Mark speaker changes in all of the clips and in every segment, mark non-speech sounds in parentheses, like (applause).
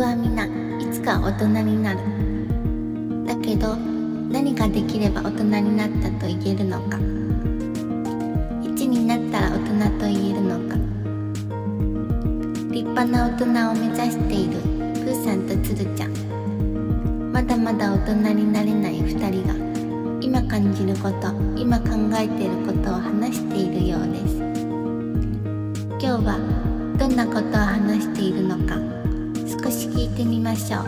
Speaker 1: はみんないつか大人になるだけど何ができれば大人になったと言えるのか1になったら大人と言えるのか立派な大人を目指しているプーさんとつるちゃんまだまだ大人になれない2人が今感じること今考えていることを話しているようです今日はどんなことを話しているのか少し聞いてみましょう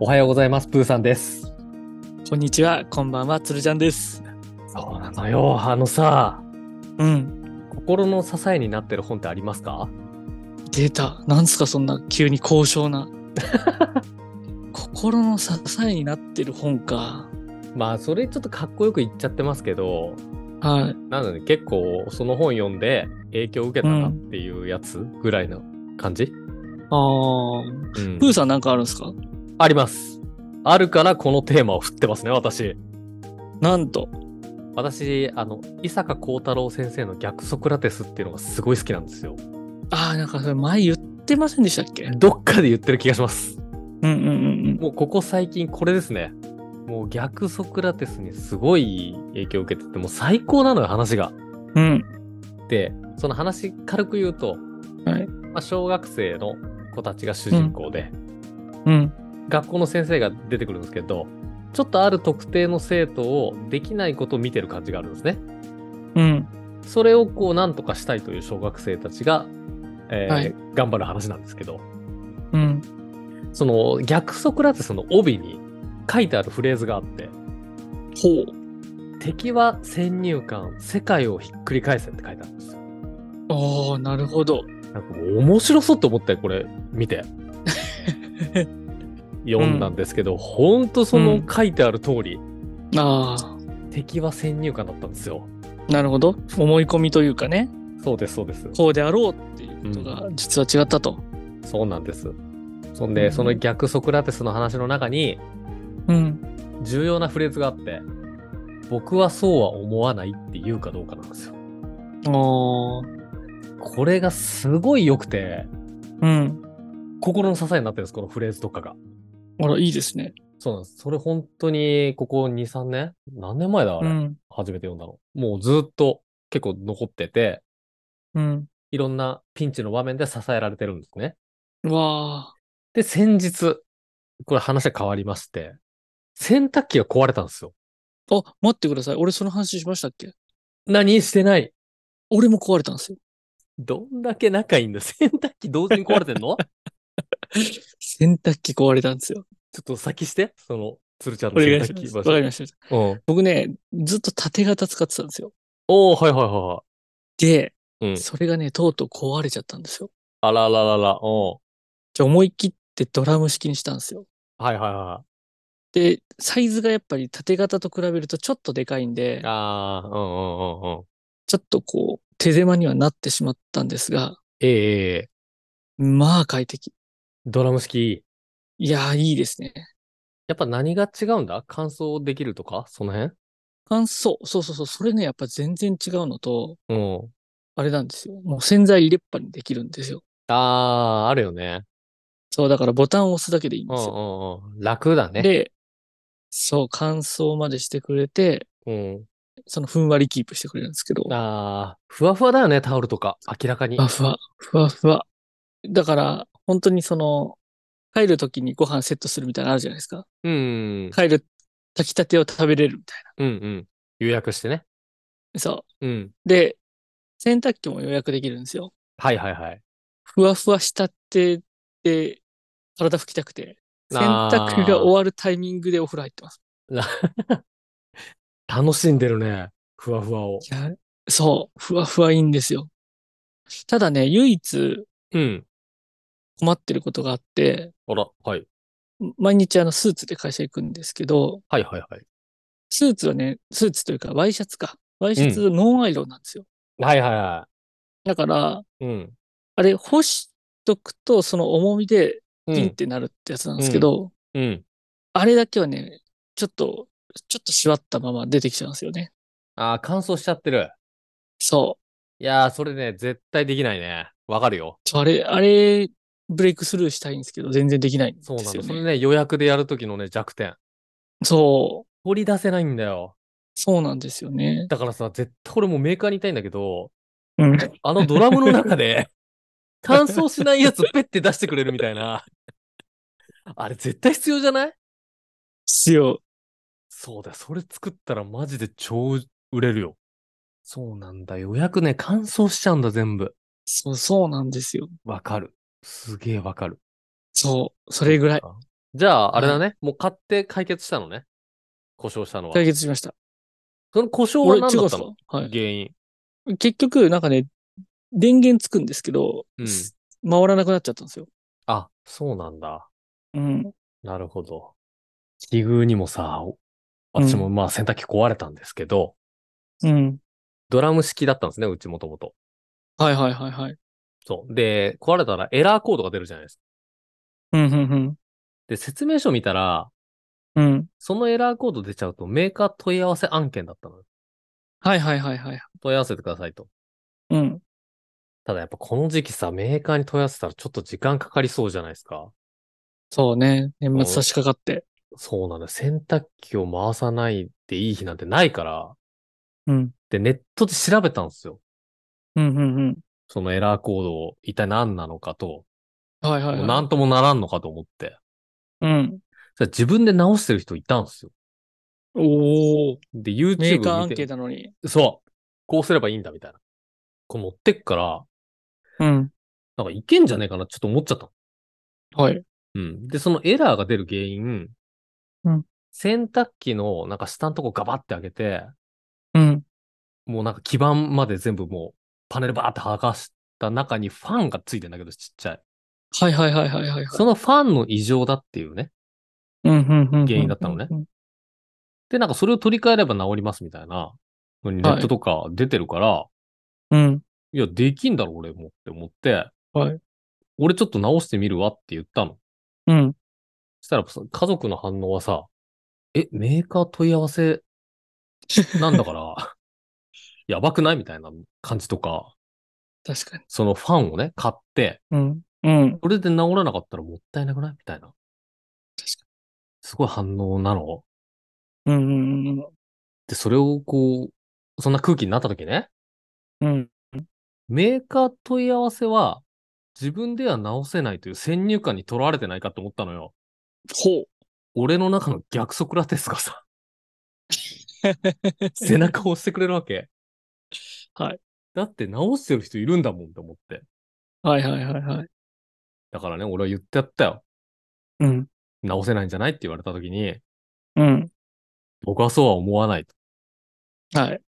Speaker 2: おはようございます。プーさんです。
Speaker 3: こんにちは、こんばんは、つるちゃんです。
Speaker 2: そうなのよ。あのさ、
Speaker 3: うん、
Speaker 2: 心の支えになってる本ってありますか
Speaker 3: 出た。なんすか、そんな急に高尚 (laughs) な。心の支えになってる本か。
Speaker 2: まあ、それちょっとかっこよく言っちゃってますけど、
Speaker 3: は
Speaker 2: なので結構その本読んで影響を受けたなっていうやつぐらいの感じ、
Speaker 3: い。あー。
Speaker 2: うん
Speaker 3: プーさんなんかあるんですか
Speaker 2: あります。あるからこのテーマを振ってますね、私。
Speaker 3: なんと。
Speaker 2: 私、あの、伊坂幸太郎先生の逆ソクラテスっていうのがすごい好きなんですよ。
Speaker 3: あー、なんかそれ前言ってませんでしたっけ
Speaker 2: どっかで言ってる気がします。
Speaker 3: うんうんうん
Speaker 2: もうここ最近これですね。もう逆ソクラテスにすごい影響を受けてて、もう最高なのよ、話が。
Speaker 3: うん。うん。
Speaker 2: で、その話軽く言うと、
Speaker 3: はい
Speaker 2: まあ、小学生の子たちが主人公で、
Speaker 3: うん。
Speaker 2: 学校の先生が出てくるんですけど、ちょっとある特定の生徒をできないことを見てる感じがあるんですね。
Speaker 3: うん。
Speaker 2: それをこうなんとかしたいという小学生たちが、えー
Speaker 3: はい
Speaker 2: 頑張る話なんですけど、
Speaker 3: うん。
Speaker 2: その逆ソクラテスの帯に書いてあるフレーズがあって、
Speaker 3: ほう。
Speaker 2: 敵は先入観世界をひっくり返せって書いてあるんですよ
Speaker 3: あー、なるほど。
Speaker 2: なんかもう面白そうと思ってこれ見て読んだんですけど、ほんとその書いてある通り、
Speaker 3: あー。
Speaker 2: 敵は先入観だったんですよ
Speaker 3: なるほど。思い込みというかね、
Speaker 2: そうですそうです
Speaker 3: こうであろうっていうことが実は違ったと。
Speaker 2: そうなんですそん
Speaker 3: う
Speaker 2: で
Speaker 3: ん
Speaker 2: その逆ソクラテスの話の中に
Speaker 3: うん。
Speaker 2: 重要なフレーズがあって僕はそうは思わないって言うかどうかなんですよ
Speaker 3: あー。
Speaker 2: これがすごい良くて
Speaker 3: うん。
Speaker 2: 心の支えになってるんですこのフレーズとかが
Speaker 3: あら、いいですね。
Speaker 2: そうなんです。それ本当に、ここ2、3年何年前だあ
Speaker 3: う
Speaker 2: れ、
Speaker 3: ん。
Speaker 2: 初めて読んだの。もうずっと結構残ってて、
Speaker 3: うん。
Speaker 2: いろんなピンチの場面で支えられてるんですね。
Speaker 3: うわ
Speaker 2: で、先日、これ話が変わりまして、洗濯機が壊れたんですよ。
Speaker 3: あ。あ、待ってください。俺その話しましたっけ
Speaker 2: 何してない
Speaker 3: 俺も壊れたんですよ。
Speaker 2: どんだけ仲いいんだ洗濯機同時に壊れて
Speaker 3: (laughs)
Speaker 2: んの
Speaker 3: 洗濯機壊れたんですよ。
Speaker 2: ちょっと先して、その、鶴ちゃん
Speaker 3: お
Speaker 2: の洗
Speaker 3: 願いし
Speaker 2: 濯
Speaker 3: ま
Speaker 2: 機
Speaker 3: す。わかりま
Speaker 2: し
Speaker 3: した。
Speaker 2: た。うん。
Speaker 3: 僕ね、ずっと縦型使ってたんですよ。
Speaker 2: おー、はいはいはいはい。
Speaker 3: で、
Speaker 2: うん
Speaker 3: それがね、とうとう壊れちゃったんですよ。
Speaker 2: あらららら、うん。
Speaker 3: じゃあ思い切ってドラム式にしたんですよ。
Speaker 2: はいはいは
Speaker 3: で、サイズがやっぱり縦型と比べるとちょっとでかいんで
Speaker 2: い。、あー、うんうんうんうん。
Speaker 3: ちょっとこう、手狭にはなってしまったんですが、
Speaker 2: ええええええ
Speaker 3: まあ快適。
Speaker 2: ドラム式。
Speaker 3: いやー、いいですね。
Speaker 2: やっぱ何が違うんだ乾燥できるとかその辺
Speaker 3: 乾燥、そうそうそう、それね、やっぱ全然違うのと、
Speaker 2: うん。
Speaker 3: あれなんですよ。もう洗剤入れっぱにできるんですよ。
Speaker 2: あー、あるよね。
Speaker 3: そう、だからボタンを押すだけでいいん
Speaker 2: う
Speaker 3: で
Speaker 2: んう
Speaker 3: すよ。
Speaker 2: んうん。楽だね。
Speaker 3: で、そう、乾燥までしてくれて、
Speaker 2: うん。
Speaker 3: そのふんわりキープしてくれるんですけど、
Speaker 2: あー、ふわふわだよね、タオルとか。明らかに
Speaker 3: ふ。わふわ、ふわふわ。だから、本当にその、帰る時にご飯セットするみたいなのあるじゃないですか。
Speaker 2: うん。
Speaker 3: 帰る、炊きたてを食べれるみたい
Speaker 2: うんうん。予約してね。
Speaker 3: な。そ
Speaker 2: うん。
Speaker 3: う。で、洗濯機も予約できるんですよ。
Speaker 2: はいはいはい。
Speaker 3: ふわふわしたってで、体拭きたくて。洗濯が終わるタイミングでお風呂入ってます。
Speaker 2: (laughs) 楽しんでるね。ふわふわを。
Speaker 3: いや、そう、ふわふわいいんですよ。ただね、唯一
Speaker 2: うん。
Speaker 3: 困ってることがあって、
Speaker 2: あら、はい。
Speaker 3: 毎日あのスーツで会社行くんですけど、
Speaker 2: はいはいはい。
Speaker 3: スーツはね、スーツというかワイシャツか。ワイシャツノンアイロンなんですよ。
Speaker 2: はいはいは
Speaker 3: だから、
Speaker 2: い。うん。
Speaker 3: あれ干しとくとその重みで
Speaker 2: う
Speaker 3: ピンっ
Speaker 2: ん。
Speaker 3: てなるってやつなんですけど、
Speaker 2: うん。
Speaker 3: あれだけはね、ちょっと、ちょっとしわったまま出てきちゃうんですよね。
Speaker 2: あー、乾燥しちゃってる。
Speaker 3: そ
Speaker 2: いやー、それね、絶対できないね。わかるよ。
Speaker 3: ちょあれ、あれ、ブレイクスルーしたいんですけど、全然できないんです
Speaker 2: そ
Speaker 3: よ、
Speaker 2: う
Speaker 3: ね。
Speaker 2: なの。それね、予約でやるときのね、弱点。
Speaker 3: そう。
Speaker 2: 取り出せないんだよ。
Speaker 3: そうなんですよね。
Speaker 2: だからさ、絶対俺もうメーカーにいたいんだけど、
Speaker 3: うん。
Speaker 2: あのドラムの中で、
Speaker 3: (laughs)
Speaker 2: 乾燥しないやつペッて出してくれるみたいな。あれ絶対必要じゃない
Speaker 3: 必要。
Speaker 2: そうだよ、それ作ったらマジで超売れるよ。そうなんだよ、予約ね、乾燥しちゃうんだ、全部。
Speaker 3: そう、そうなんですよ。
Speaker 2: わかる。すげえわかる。
Speaker 3: そう。それぐらい。
Speaker 2: じゃあ、あれだね、もう買って解決したのね。故障したのは。
Speaker 3: 解決しました。
Speaker 2: その故障は
Speaker 3: 俺、
Speaker 2: 何
Speaker 3: 違
Speaker 2: だ
Speaker 3: う
Speaker 2: った
Speaker 3: さ
Speaker 2: の、原
Speaker 3: は
Speaker 2: 因。
Speaker 3: い。結局、なんかね、電源つくんですけど、
Speaker 2: うん
Speaker 3: 回らなくなっちゃったんですよ。
Speaker 2: あ、そうなんだ。
Speaker 3: うん。
Speaker 2: なるほど。奇遇にもさ、お私もまあ洗濯機壊れたんですけど、
Speaker 3: うん。
Speaker 2: ドラム式だったんですね、うちもともと。
Speaker 3: はいはいはいはい。
Speaker 2: そう。で、壊れたらエラーコードが出るじゃないですか。
Speaker 3: うん、うん、
Speaker 2: で、説明書見たら、
Speaker 3: うん。うん。
Speaker 2: そのエラーコード出ちゃうとメーカー問い合わせ案件だったのよ。
Speaker 3: はいはいはいはい。
Speaker 2: 問い合わせてくださいと。
Speaker 3: うん。
Speaker 2: ただやっぱこの時期さ、メーカーに問い合わせたらちょっと時間かかりそうじゃないですか。
Speaker 3: そうね。年
Speaker 2: うん
Speaker 3: 末差し掛かって。
Speaker 2: そうなのよ。洗濯機を回さないでいい日なんてないから。
Speaker 3: うん。
Speaker 2: で、ネットで調べたんですよ。
Speaker 3: うん、うん、
Speaker 2: そのエラーコードを一体何なのかと。
Speaker 3: うん。はいはい、
Speaker 2: も
Speaker 3: は
Speaker 2: う
Speaker 3: い。
Speaker 2: 何ともならんのかと思って。
Speaker 3: うん。
Speaker 2: そしたら自分で直してる人いたんですよ。
Speaker 3: おお。
Speaker 2: で、YouTube 見て
Speaker 3: メーカーアンケートなのに。
Speaker 2: そう。こうすればいいんだみたいな。こう持ってっから、
Speaker 3: うん。
Speaker 2: なんかいけんじゃねえかなちょっと思っちゃったの。
Speaker 3: はい。
Speaker 2: うん。で、そのエラーが出る原因、
Speaker 3: うん
Speaker 2: 洗濯機のなんか下のとこガバって開けて、
Speaker 3: うん。
Speaker 2: もうなんか基板まで全部もうパネルバーって剥がした中にファンがついてんだけどちっちゃい。
Speaker 3: はいはいはいはいはい。
Speaker 2: そのファンの異常だっていうね。
Speaker 3: うん、うん、うん。
Speaker 2: 原因だったのね
Speaker 3: うん。
Speaker 2: で、なんかそれを取り替えれば治りますみたいなのにネットとか出てるから、
Speaker 3: うん。
Speaker 2: い、や、できんだろ俺もって思って、
Speaker 3: はい
Speaker 2: 俺ちょっと直してみるわって言ったの。
Speaker 3: うん。
Speaker 2: そしたらそ家族の反応はさ、え、メーカー問い合わせなんだから、 (laughs) やばくないみたいな感じとか、
Speaker 3: 確かに。
Speaker 2: そのファンをね、買って、
Speaker 3: うん。うん。
Speaker 2: それで治らなかったらもったいなくないみたいな。
Speaker 3: 確か
Speaker 2: すごい反応なの
Speaker 3: に。うんうんうん
Speaker 2: で、それをこう、そんな空気になった時ね、
Speaker 3: うん。うん。
Speaker 2: メーカー問い合わせは自分では直せないという先入観にとらわれてないかと思ったのよ。
Speaker 3: ほう。
Speaker 2: 俺の中の逆ソクラテスが
Speaker 3: (laughs)
Speaker 2: さ、背中を押してくれるわけ。
Speaker 3: はい。
Speaker 2: だって直してる人いるんだもんと思って。
Speaker 3: はいはいはいはい。
Speaker 2: だからね、俺は言ってやったよ。
Speaker 3: うん。
Speaker 2: 直せないんじゃないって言われた時に、
Speaker 3: うん。
Speaker 2: 僕はそうは思わないと。
Speaker 3: はい。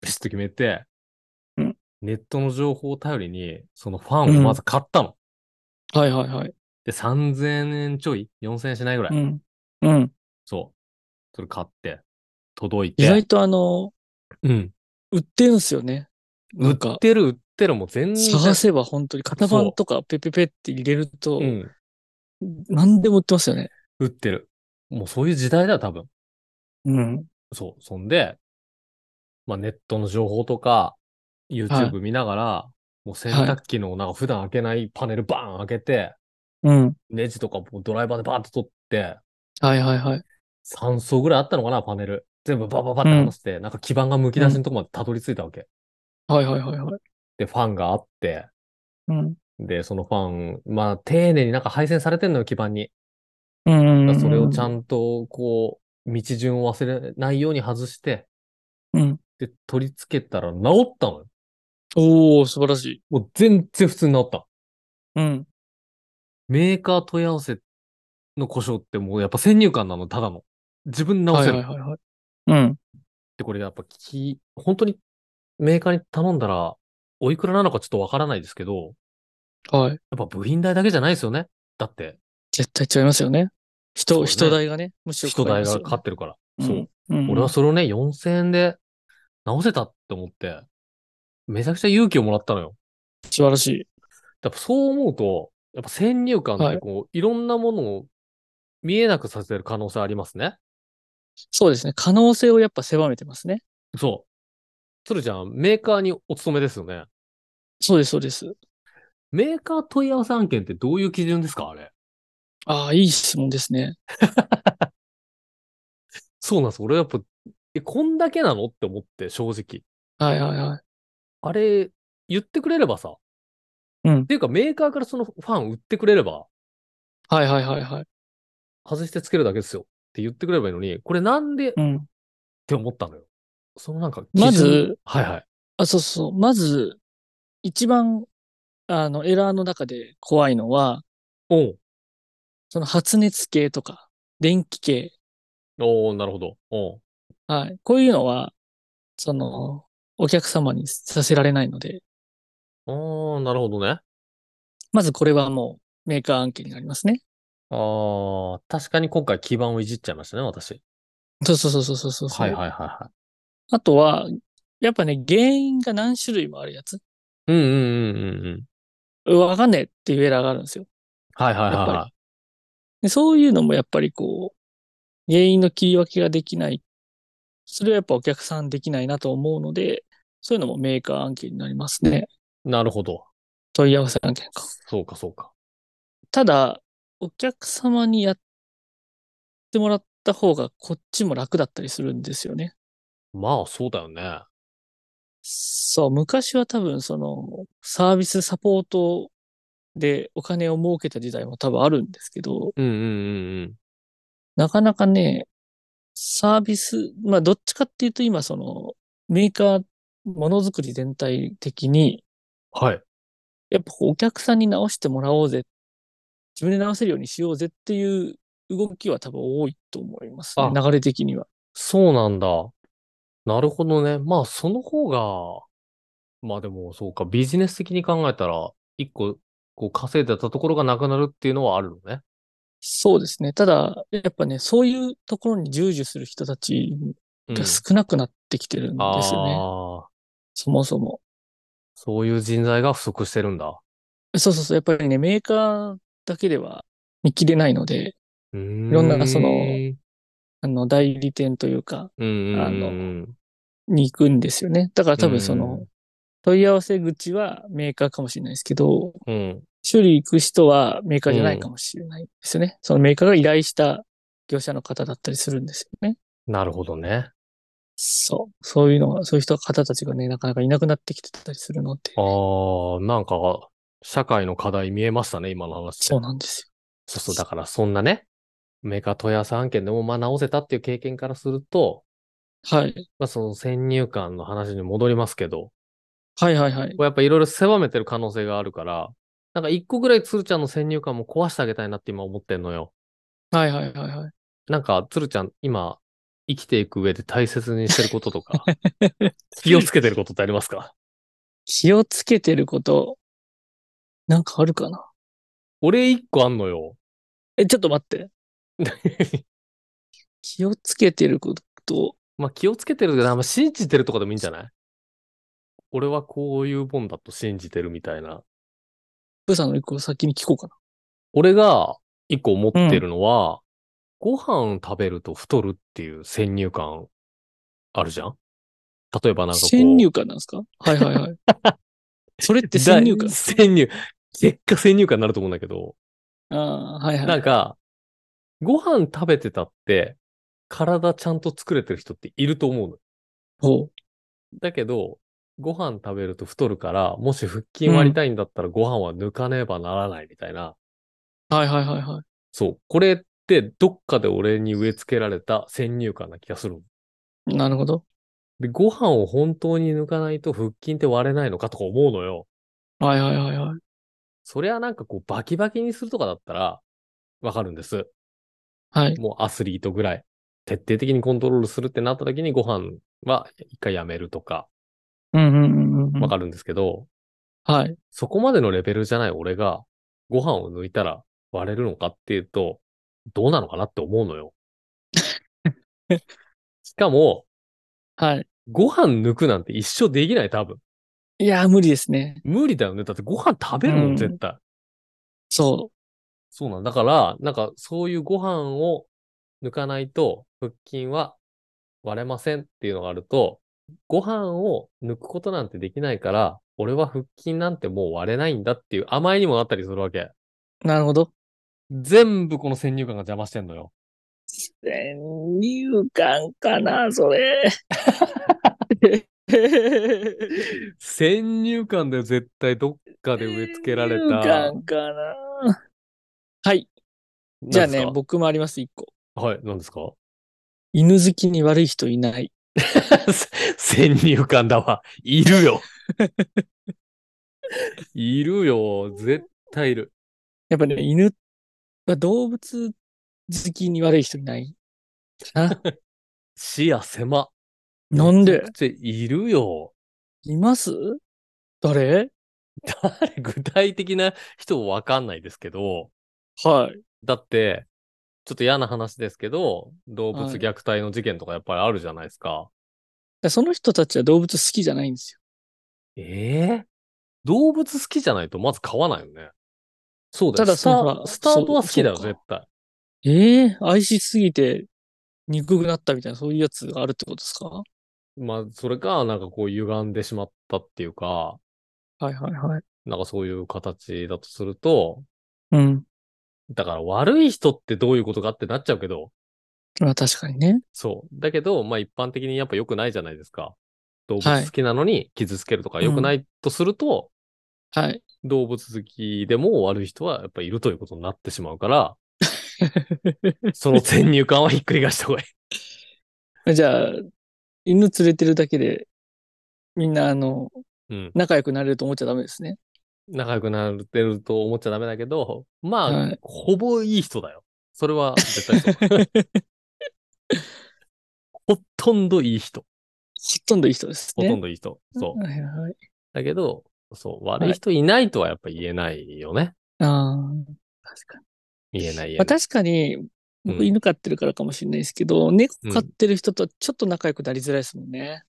Speaker 2: ピシッと決めて、
Speaker 3: うん
Speaker 2: ネットの情報を頼りに、そのファンをまず買ったの。
Speaker 3: はいはいはい。
Speaker 2: で、3000円ちょい ?4000 円しないぐらい。
Speaker 3: うん。うん。
Speaker 2: そう。それ買って、届いて。
Speaker 3: 意外とあの、
Speaker 2: うん。
Speaker 3: 売ってるんすよね。な
Speaker 2: 売っ
Speaker 3: んか、
Speaker 2: てる売ってるもう全然。
Speaker 3: 探せば本当に型番とかペペペって入れると
Speaker 2: う、ん。
Speaker 3: 何でも売ってますよね。
Speaker 2: 売ってる。もうそういう時代だよ、多分。
Speaker 3: うん。
Speaker 2: そう。そんで、まあネットの情報とか、YouTube 見ながら、もう洗濯機のなんか普段開けないパネルバーン開けて、
Speaker 3: うん。
Speaker 2: ネジとかもうドライバーでバーンと取って、
Speaker 3: はいはいはい。
Speaker 2: 3層ぐらいあったのかな、パネル。全部バババって離して、なんか基板が剥き出しのとこまでたどり着いたわけ。
Speaker 3: はいはいはいはい。
Speaker 2: で、ファンがあって、
Speaker 3: うん。
Speaker 2: で、そのファン、まあ丁寧になんか配線されてんのよ、基板に。
Speaker 3: うんうんうん。
Speaker 2: それをちゃ
Speaker 3: ん
Speaker 2: んと、こう、道順を忘れないように外して、
Speaker 3: うん。
Speaker 2: で、取り付けたら治ったのよ。
Speaker 3: おー、素晴らしい。
Speaker 2: もう全然普通に治った。
Speaker 3: うん。
Speaker 2: メーカー問い合わせの故障ってもうやっぱ先入観なの、ただの。自分で直
Speaker 3: は
Speaker 2: せ
Speaker 3: い
Speaker 2: る。
Speaker 3: はいはいはい。うん。
Speaker 2: で、これやっぱき、本当にメーカーに頼んだら、おいくらなのかちょっとわからないですけど、
Speaker 3: はい。
Speaker 2: やっぱ部品代だけじゃないですよね。だって、
Speaker 3: 絶対違いますよね。
Speaker 2: そう
Speaker 3: 人、
Speaker 2: ね
Speaker 3: 人代がね、むしろ
Speaker 2: 人
Speaker 3: かかり
Speaker 2: 代
Speaker 3: ます
Speaker 2: が
Speaker 3: よ
Speaker 2: かかってるから。
Speaker 3: ね。
Speaker 2: そう。
Speaker 3: うん。
Speaker 2: 俺は
Speaker 3: そ
Speaker 2: それをね、4000円で直せたって思って、めちゃくちゃ勇気をもらったのよ。
Speaker 3: うん。素晴らしい。
Speaker 2: やっぱそう思うと、やっぱ先入観っ
Speaker 3: は
Speaker 2: て
Speaker 3: い
Speaker 2: こう、い、ろんなものを見えなくさせる可能性ありますね。
Speaker 3: そうですね。可能性をやっぱ狭めてますね。
Speaker 2: そ鶴ちゃん、メーカーにお勤めですよね。
Speaker 3: そうです、そうです。
Speaker 2: メーカー問い合わせ案件ってどういう基準ですかあれ。
Speaker 3: ああ、いい質問ですね。
Speaker 2: そうなんです。俺やっぱ、え、こんだけなのって思って、正直。
Speaker 3: はいはいはい。
Speaker 2: あれ、言ってくれればさ。
Speaker 3: うん
Speaker 2: っていうか、メーカーからそのファン売ってくれれば、
Speaker 3: はいはいはいはい。
Speaker 2: 外してつけるだけですよって言ってくれればいいのに、これなんでっ
Speaker 3: うん。
Speaker 2: て思ったのよ。そのなんか、
Speaker 3: ま
Speaker 2: 基準
Speaker 3: ず、
Speaker 2: はいはい。
Speaker 3: あ、そうそう。まず、一番、あの、エラーの中で怖いのは、
Speaker 2: おう
Speaker 3: その発熱系とか、電気系。
Speaker 2: おーなるほど。おう
Speaker 3: はい。こういうのは、その、お客様にさせられないので、
Speaker 2: おーなるほどね。
Speaker 3: まずこれはもうメーカー案件になりますね。
Speaker 2: ああ、確かに今回基盤をいじっちゃいましたね、私。
Speaker 3: そうそうそうそうそうそう。
Speaker 2: はいはいはいは
Speaker 3: あとは、やっぱね、原因が何種類もあるやつ。
Speaker 2: い。うんうんうんうんうん。
Speaker 3: うわわかんねえっていうエラーがあるんですよ。
Speaker 2: はいはいはい
Speaker 3: や
Speaker 2: は
Speaker 3: っぱでそういうのもやっぱりこう、原因の切り分けができない。それはやっぱお客さんできないなと思うので、そういうのもメーカー案件になりますね。
Speaker 2: い。なるほど。
Speaker 3: 問い合わせ案件か。
Speaker 2: そうかそうか。
Speaker 3: ただ、お客様にやってもらった方がこっちも楽だったりするんですよね。
Speaker 2: まあそうだよね。
Speaker 3: そう、昔は多分そのサービスサポートでお金を儲けた時代も多分あるんですけど、
Speaker 2: うんうん
Speaker 3: なかなかね、サービス、まあどっちかっていうと今そのメーカー、ものづくり全体的に、
Speaker 2: うん。はい。
Speaker 3: やっぱお客さんに直してもらおうぜ、自分で直せるようにしようぜっていう動きは多分多いと思いますね、
Speaker 2: あ
Speaker 3: 流れ的には。
Speaker 2: そうなんだ。なるほどね。まあその方が、まあでもそうか、ビジネス的に考えたら、一個こう稼いでたところがなくなるっていうのはあるのね。
Speaker 3: そうですね。ただ、やっぱね、そういうところに従事する人たち
Speaker 2: うん。
Speaker 3: が少なくなってきてるんですよね。
Speaker 2: ああ、
Speaker 3: そもそも。
Speaker 2: そういう人材が不足してるんだ。
Speaker 3: そうそうそう。やっぱりね、メーカーだけでは見切れないので、
Speaker 2: うーん。
Speaker 3: いろんなその
Speaker 2: うん
Speaker 3: あの、代理店というか、
Speaker 2: うんうん
Speaker 3: あの
Speaker 2: うん。
Speaker 3: に行くんですよね。だから多分そ
Speaker 2: うん
Speaker 3: の、問い合わせ口はメーカーかもしれないですけど、
Speaker 2: うん。
Speaker 3: 修理行く人はメーカーじゃないかもしれないですよね。そのメーカーが依頼した業者の方だったりするんですよね。
Speaker 2: なるほどね。
Speaker 3: そう。そういうのが、そういう人方たちがね、なかなかいなくなってきてたりするので、
Speaker 2: ああ、なんか、社会の課題見えましたね、今の話で
Speaker 3: そうなんですよ。
Speaker 2: そうそう、だからそんなね、メーカー問い合わせ案件でもまあ直せたっていう経験からすると、
Speaker 3: はい。
Speaker 2: まあその先入観の話に戻りますけど、
Speaker 3: はいはいはい
Speaker 2: こ。れやっぱいろいろ狭めてる可能性があるから、なんか一個ぐらい鶴ちゃんの先入観も壊してあげたいなって今思ってんのよ。
Speaker 3: はいはいはいはい。
Speaker 2: なんか鶴ちゃん今生きていく上で大切にしてることと
Speaker 3: (laughs)
Speaker 2: か、気をつけてることってありますか
Speaker 3: 気をつけてること、なんかあるかな
Speaker 2: 俺一個あんのよ。
Speaker 3: え、ちょっと待って。気をつけてること、
Speaker 2: まあ気をつけてるけど、あんま信じてるとかでもいいんじゃない俺はこういうもんだと信じてるみたいな。
Speaker 3: プーさんの一個先に聞こうかな。
Speaker 2: 俺が一個思ってるのは、ご飯食べると太るっていう先入観あるじゃん例えばなんかこう。
Speaker 3: 先入観なんですかはいはい
Speaker 2: (laughs)
Speaker 3: はい。それって先入観
Speaker 2: だ先入。結果先入観になると思うんだけど、
Speaker 3: ああ、はいは。
Speaker 2: ないんか、ご飯食べてたって、体ちゃんと作れてる人っていると思うの。
Speaker 3: ほう。
Speaker 2: だけど、ご飯食べると太るから、もし腹筋割りたいんだったらご飯は抜かねばならないみたいな。
Speaker 3: はいはいはいはい。
Speaker 2: そう。これってどっかで俺に植え付けられた先入観な気がするの。
Speaker 3: なるほど。
Speaker 2: で、ご飯を本当に抜かないと腹筋って割れないのかとか思うのよ。
Speaker 3: はいはいはいはい。
Speaker 2: そりゃなんかこうバキバキにするとかだったらわかるんです。
Speaker 3: はい。
Speaker 2: もうアスリートぐらい。徹底的にコントロールするってなった時にご飯は一回やめるとか
Speaker 3: うんうんうんうん。
Speaker 2: わかるんですけど、
Speaker 3: はい。
Speaker 2: そこまでのレベルじゃない俺がご飯を抜いたら割れるのかっていうと、どうなのかなって思うの
Speaker 3: (laughs)
Speaker 2: よ。しかも、
Speaker 3: はい。
Speaker 2: ご飯抜くなんて一生できない多分。
Speaker 3: いやー、無理ですね。
Speaker 2: 無理だよね。だってご飯食べるも
Speaker 3: うんん
Speaker 2: 絶対。
Speaker 3: そ
Speaker 2: そうなんだから、なんかそういうご飯を抜かないと腹筋は割れませんっていうのがあると、ご飯を抜くことなんてできないから、俺は腹筋なんてもう割れないんだっていう甘えにもなったりするわけ。
Speaker 3: なるほど。
Speaker 2: 全部この先入観が邪魔してんのよ。
Speaker 3: 先入観かな、そ
Speaker 2: (laughs)
Speaker 3: れ。
Speaker 2: 先入観で絶対どっかで植え付けられた。
Speaker 3: 先入観かな。はい。じゃあね、
Speaker 2: なんです
Speaker 3: 僕もあります、一個。
Speaker 2: か。はい、何ですか (laughs)
Speaker 3: 犬好きに悪い人いない。
Speaker 2: 先入観だわ。いる
Speaker 3: (laughs)
Speaker 2: よ。いるよ。絶対いる。
Speaker 3: やっぱね、犬は動物好きに悪い人いない。かな
Speaker 2: 視野狭。
Speaker 3: なん
Speaker 2: めち
Speaker 3: で
Speaker 2: ゃくちゃいるよ。
Speaker 3: います誰
Speaker 2: 誰具体的な人わかんないですけど、
Speaker 3: はい。
Speaker 2: だって、ちょっと嫌な話ですけど、動物
Speaker 3: はい
Speaker 2: 虐待の事件とかやっぱりあるじゃないですか。
Speaker 3: でその人たちは動物好きじゃないんですよ。
Speaker 2: ええ動物好きじゃないとまず飼わないよね。そうだよ。
Speaker 3: ただ
Speaker 2: スタ
Speaker 3: そのほら
Speaker 2: スタートは好きだよ、
Speaker 3: そうそう
Speaker 2: 絶対。
Speaker 3: ええ愛しすぎて憎くなったみたいな、そういうやつがあるってことですかは
Speaker 2: まあ、それか、なんかこう歪んでしまったっていうか、
Speaker 3: いはいはい。
Speaker 2: なんかそういう形だとすると、
Speaker 3: うん。
Speaker 2: だから悪い人ってどういうことかってなっちゃうけど、
Speaker 3: まあ確かにね。
Speaker 2: そう。だけど、まあ一般的にやっぱ良くないじゃないですか。動物好きなのに傷つけるとか
Speaker 3: うん
Speaker 2: 良くないとすると、
Speaker 3: はい。
Speaker 2: 動物好きでも悪い人はやっぱいるということになってしまう (laughs) から、その先入観はひっくり返した方がいい。
Speaker 3: じゃあ、犬連れてるだけで、みんなあの、
Speaker 2: うん。
Speaker 3: 仲良くなれると思っちゃダメですね。
Speaker 2: 仲良くなってると思っちゃダメだけど、まあ、
Speaker 3: はい
Speaker 2: ほぼいい人だよ。それは絶対そう。 (laughs) ほとんどいい人。
Speaker 3: ほとんどいい人です
Speaker 2: ほ
Speaker 3: ね。
Speaker 2: とんどいい人。そう。
Speaker 3: はいはい。
Speaker 2: だけど、そう、悪い人いないとはやっぱ言えないよね。
Speaker 3: ああ、確かに。
Speaker 2: 言えない言え
Speaker 3: ま
Speaker 2: な
Speaker 3: あ
Speaker 2: い
Speaker 3: 確かに、
Speaker 2: う
Speaker 3: 僕
Speaker 2: ん
Speaker 3: 犬飼ってるからかもしれないですけど、猫
Speaker 2: うん
Speaker 3: 飼ってる人とはちょっと仲良くなりづらいですも
Speaker 2: (laughs)
Speaker 3: んね。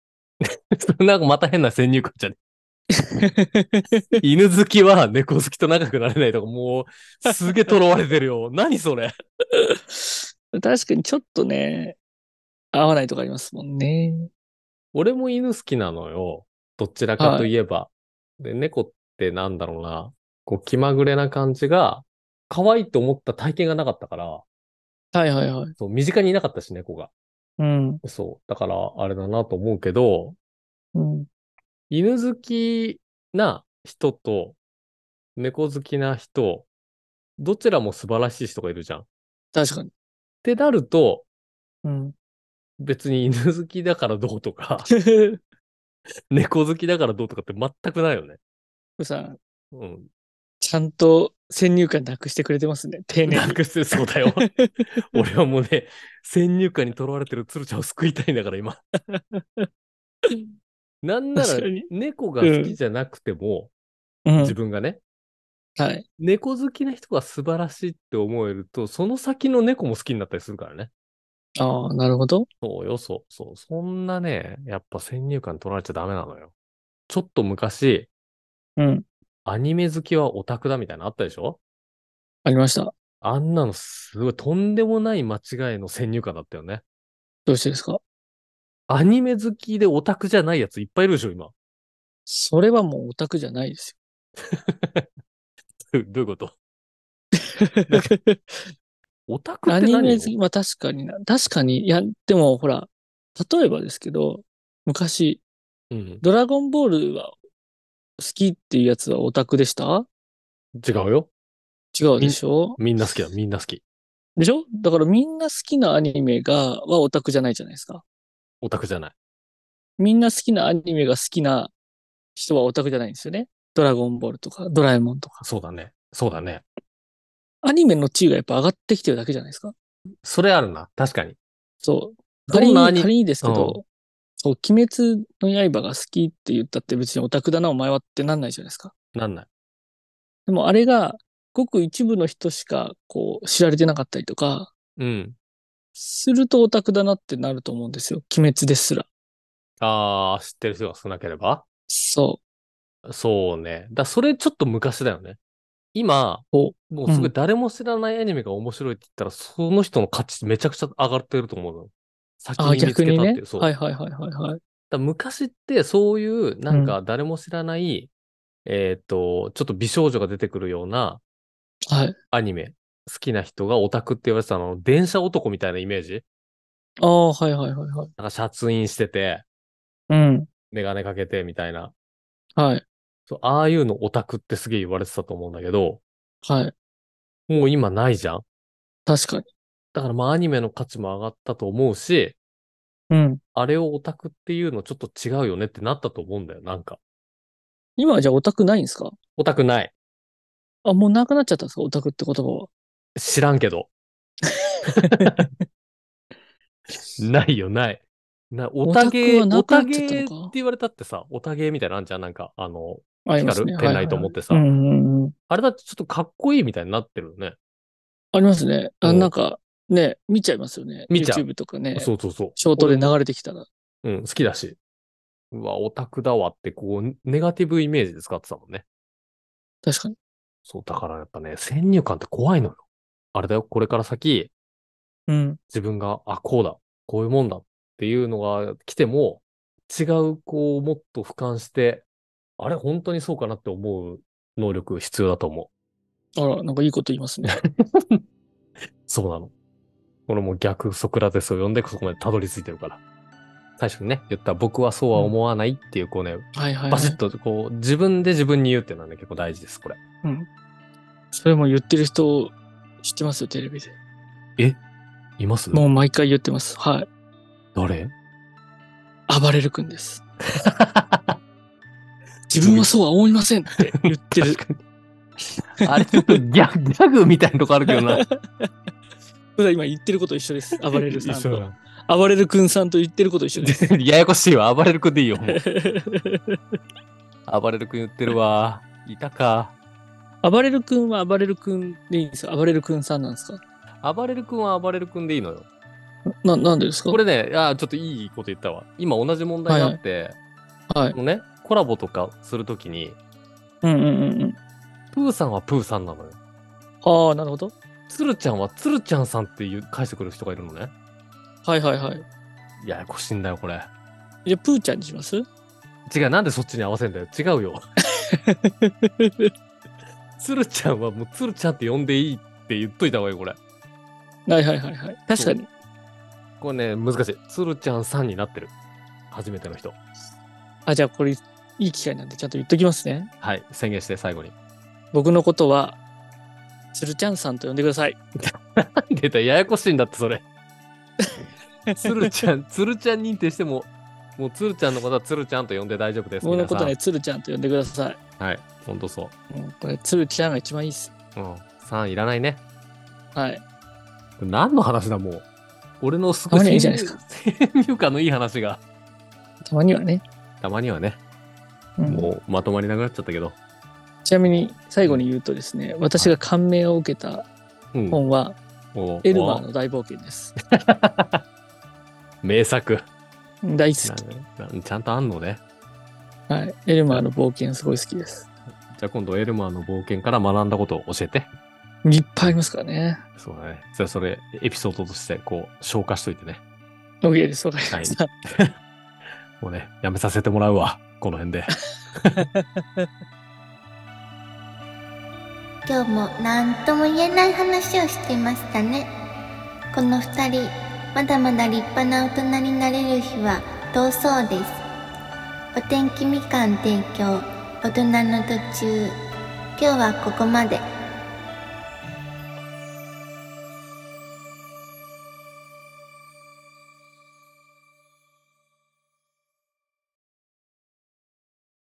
Speaker 2: なんかまた変な先入観じゃね。犬好きは猫好きと仲良くなれないとか、もう、すげえ囚われてるよ。何それ。
Speaker 3: 確かにちょっとね、合わないとかありますもんね。
Speaker 2: 俺も犬好きなのよ。どちらかといえば。で、猫ってなんだろうな。こう、気まぐれな感じが、可愛いと思った体験がなかったから、
Speaker 3: はいはいはい。
Speaker 2: そう、身近にいなかったし、猫が。
Speaker 3: うん。
Speaker 2: そう。だから、あれだなと思うけど、
Speaker 3: うん。
Speaker 2: 犬好きな人と、猫好きな人、どちらも素晴らしい人がいるじゃん。っ
Speaker 3: 確かに。
Speaker 2: てなると、
Speaker 3: うん。
Speaker 2: 別に犬好きだからどうと
Speaker 3: (laughs)
Speaker 2: か、猫好きだからどうとかって全くないよね。
Speaker 3: さん、
Speaker 2: うん。
Speaker 3: ちゃんと先入観なくしてくれてますね。丁寧
Speaker 2: な
Speaker 3: に。
Speaker 2: くしてそうだよ。俺はもうね、先入観にとらわれてる鶴ちゃんを救いたいんだから、今。なんなら
Speaker 3: 確かに、
Speaker 2: 猫が好きじゃなくても、
Speaker 3: (laughs) うん。
Speaker 2: 自分がね、
Speaker 3: はい。
Speaker 2: 猫好きな人が素晴らしいって思えると、その先の猫も好きになったりするからね。
Speaker 3: ああ、なるほど。
Speaker 2: そうよ、そう、そう。そんなね、やっぱ先入観にとらわれちゃダメなのよ。ちょっと昔、
Speaker 3: うん。
Speaker 2: アニメ好きはオタクだみたいなのあったでしょ
Speaker 3: ありました。
Speaker 2: あんなのすごい、とんでもない間違いの先入観だったよね。
Speaker 3: どうしてですか
Speaker 2: アニメ好きでオタクじゃないやついっぱいいるでしょ、今。
Speaker 3: それはもうオタクじゃないです
Speaker 2: どういうこと
Speaker 3: よ。
Speaker 2: オタクっ
Speaker 3: ア
Speaker 2: て
Speaker 3: ニ
Speaker 2: 何
Speaker 3: メ
Speaker 2: よ
Speaker 3: 好き、まあ確かにな。確かに。いや、でもほら、例えばですけど、昔、
Speaker 2: うん。
Speaker 3: ドラゴンボールは好きっていうやつはオタクでした
Speaker 2: 違うよ。
Speaker 3: 違うでしょ
Speaker 2: みんな好きだ、みんな好き。
Speaker 3: でしょだからみんな好きなアニメが、はオタクじゃないじゃないですか。
Speaker 2: オタクじゃない。
Speaker 3: みんな好きなアニメが好きな人はオタクじゃないんですよね。ドラゴンボールとか、ドラえもんとか。
Speaker 2: そうだね。そうだね。
Speaker 3: アニメの地位がやっぱ上がってきてるだけじゃないですか。
Speaker 2: それあるな。確かに。
Speaker 3: そう。
Speaker 2: ど
Speaker 3: 仮
Speaker 2: んなア
Speaker 3: に、
Speaker 2: ニ
Speaker 3: 仮にですけ
Speaker 2: う
Speaker 3: ど、そう、鬼滅の刃が好きって言ったって別にオタクだな、お前はってなんないじゃないですか。
Speaker 2: なんない。
Speaker 3: でもあれが、ごく一部の人しか、こう、知られてなかったりとか、
Speaker 2: うん。
Speaker 3: するとオタクだなってなると思うんですよ。鬼滅ですら。
Speaker 2: あー、知ってる人が少なければ
Speaker 3: そ
Speaker 2: そうね。だ、それちょっと昔だよね。今、
Speaker 3: お
Speaker 2: もうすごい誰も知らないアニメが面白いって言ったら、その人の価値めちゃくちゃ上がってると思うの。先
Speaker 3: う。あ、
Speaker 2: に見つ
Speaker 3: 逆
Speaker 2: け
Speaker 3: に
Speaker 2: たってい
Speaker 3: ね
Speaker 2: う。。そう。
Speaker 3: はいはいはいはいはい。
Speaker 2: だ昔ってそういう、なんか誰も知らない、えっ、と、ちょっと美少女が出てくるような
Speaker 3: はい。
Speaker 2: アニメ、好きな人がオタクって言われてたの、電車男みたいなイメージ
Speaker 3: ああ、はいはいはいはい。
Speaker 2: なんかシャツインしてて、
Speaker 3: うん。
Speaker 2: メガネかけてみたいな。
Speaker 3: はい。
Speaker 2: そうああいうのオタクってすげえ言われてたと思うんだけど、
Speaker 3: はい。
Speaker 2: もう今ないじゃん
Speaker 3: 確かに。
Speaker 2: だからまあアニメの価値も上がったと思うし、
Speaker 3: うん。
Speaker 2: あれをオタクっていうのちょっと違うよねってなったと思うんだよ、なんか。
Speaker 3: 今はじゃあオタクないんですか
Speaker 2: オタクない。
Speaker 3: あ、もうなくなっちゃったんですかオタクって言葉は。
Speaker 2: 知らんけ
Speaker 3: (laughs)
Speaker 2: ど。ないよ、ない。なオタゲー、
Speaker 3: オ
Speaker 2: オ
Speaker 3: タクは
Speaker 2: タ
Speaker 3: なくな
Speaker 2: ゲ
Speaker 3: っちゃったの
Speaker 2: ーっ
Speaker 3: か
Speaker 2: て言われたってさ、オタゲーみたいなのあんじゃんなんか、あの、
Speaker 3: あり
Speaker 2: 光
Speaker 3: ます
Speaker 2: る
Speaker 3: ね。
Speaker 2: ペンラ
Speaker 3: はいはい
Speaker 2: イト持ってさ、
Speaker 3: うんうんうん。
Speaker 2: あれだってちょっとかっこいいみたいになってるよね。
Speaker 3: ありますね。あ
Speaker 2: うん
Speaker 3: なんか、ね、見ちゃいますよね。
Speaker 2: 見ちゃう
Speaker 3: YouTube とかね。
Speaker 2: そうそうそう。
Speaker 3: ショートで流れてきたら。
Speaker 2: うん、好きだし。うわ、オタクだわって、こう、ネガティブイメージで使ってたもんね。
Speaker 3: 確かに。
Speaker 2: そう、だからやっぱね、先入観って怖いのよ。あれだよ、これから先、
Speaker 3: うん。
Speaker 2: 自分が、あ、こうだ、こういうもんだっていうのが来ても、違う、こう、もっと俯瞰して、あれ、本当にそうかなって思う能力必要だと思
Speaker 3: あら、なんかいいこと言いま
Speaker 2: (laughs)
Speaker 3: すね。
Speaker 2: う。そうなの。これもう逆ソクラテスを呼んで、そこまでたどり着いてるから。最初にね、言った僕はそうは思わないっていう、こうね、
Speaker 3: はいはい、は
Speaker 2: バシッ
Speaker 3: い。
Speaker 2: と、こう、自分で自分に言うっていうのはね、結構大事です、これ。
Speaker 3: それも言ってる人知ってますよ、テレビで。
Speaker 2: います
Speaker 3: もう毎回言ってます。はい。
Speaker 2: (laughs) 誰
Speaker 3: 暴れる君です。自分はそうは思いませんって
Speaker 2: (laughs)
Speaker 3: 言ってる。
Speaker 2: あれ、ちょっとギャギャグみたいなとこあるけどな。
Speaker 3: 普段今言ってること一緒です。暴れるさん
Speaker 2: (laughs) 一緒
Speaker 3: と。
Speaker 2: だ
Speaker 3: 暴れる君さんと言ってること一緒です。
Speaker 2: (laughs) ややこしいわ。暴れる君でいいよ。もう (laughs) 暴れる君言ってるわ。いたか。
Speaker 3: 暴れる君は暴れる君でいいんですか暴れる君さんなんですか
Speaker 2: 暴れる君は暴れる君でいいのよ。
Speaker 3: な、なんでですか
Speaker 2: これね、あーちょっといいこと言ったわ。今同じ問題があって、
Speaker 3: はい
Speaker 2: あ。のね、コラボとかするときに、
Speaker 3: うんうんうんうん。
Speaker 2: プーさんはプーさんなのよ。
Speaker 3: ああ、なるほど。
Speaker 2: つるちゃんはつるちゃんさんっていう返してくれる人がいるのね。
Speaker 3: はいはいはい。
Speaker 2: ややこしいんだよ、これ。
Speaker 3: じゃあ、プーちゃんにします (laughs)
Speaker 2: 違う、なんでそっちに合わせんだよ。違うよ。つるちゃんはもうつるちゃんって呼んでいいって言っといた方がいい、これ。
Speaker 3: はいはいはいはい。確かに。
Speaker 2: これね、難しい。つるちゃんさんになってる。初めての人。
Speaker 3: あ、じゃあこれ、いい機会なんでちゃんと言っときますね。
Speaker 2: はい、宣言して、最後に。 (laughs)
Speaker 3: 僕のことは、つるちゃんさんと呼んでください。
Speaker 2: 出た、ややこしいんだって、それ。つるちゃん、 (laughs) つるちゃん認定しても、もうつるちゃんのことはつるちゃんと呼んで大丈夫です。
Speaker 3: (laughs) 僕のことね、
Speaker 2: 皆
Speaker 3: つるちゃんと呼んでください。
Speaker 2: さんはい、ほんとそ
Speaker 3: もうこれ、つるちゃんが一番いいっす。
Speaker 2: う。うん、さんいらないね。
Speaker 3: はい。
Speaker 2: 何の話だ、もう。俺のす
Speaker 3: たまにはいいじゃないですか
Speaker 2: 先入 (laughs) 観のいい話が。
Speaker 3: たまにはね。
Speaker 2: たまにはね、
Speaker 3: うん
Speaker 2: もうまとまりなくなっちゃったけど。
Speaker 3: ちなみに、最後に言うとですね、私が感銘を受けた
Speaker 2: うん。
Speaker 3: 本は、
Speaker 2: もう
Speaker 3: エルマーの大冒険です。
Speaker 2: 名作。
Speaker 3: 大好
Speaker 2: ななちゃんとあんのね。
Speaker 3: き。はい。エルマーの冒険すごい好きです。
Speaker 2: じゃあ今度エルマーの冒険から学んだことを教えて。
Speaker 3: いっぱいありますからね。
Speaker 2: そうだね。じゃあそれエピソードとしてこう消化しといてね。
Speaker 3: OK です。わかりました。
Speaker 2: もうね、やめさせてもらうわ。この辺で。
Speaker 1: 今日も何とも言えない話をしてましたねこの2人まだまだ立派な大人になれる日は遠そうですお天気みかん提供大人の途中今日はここまで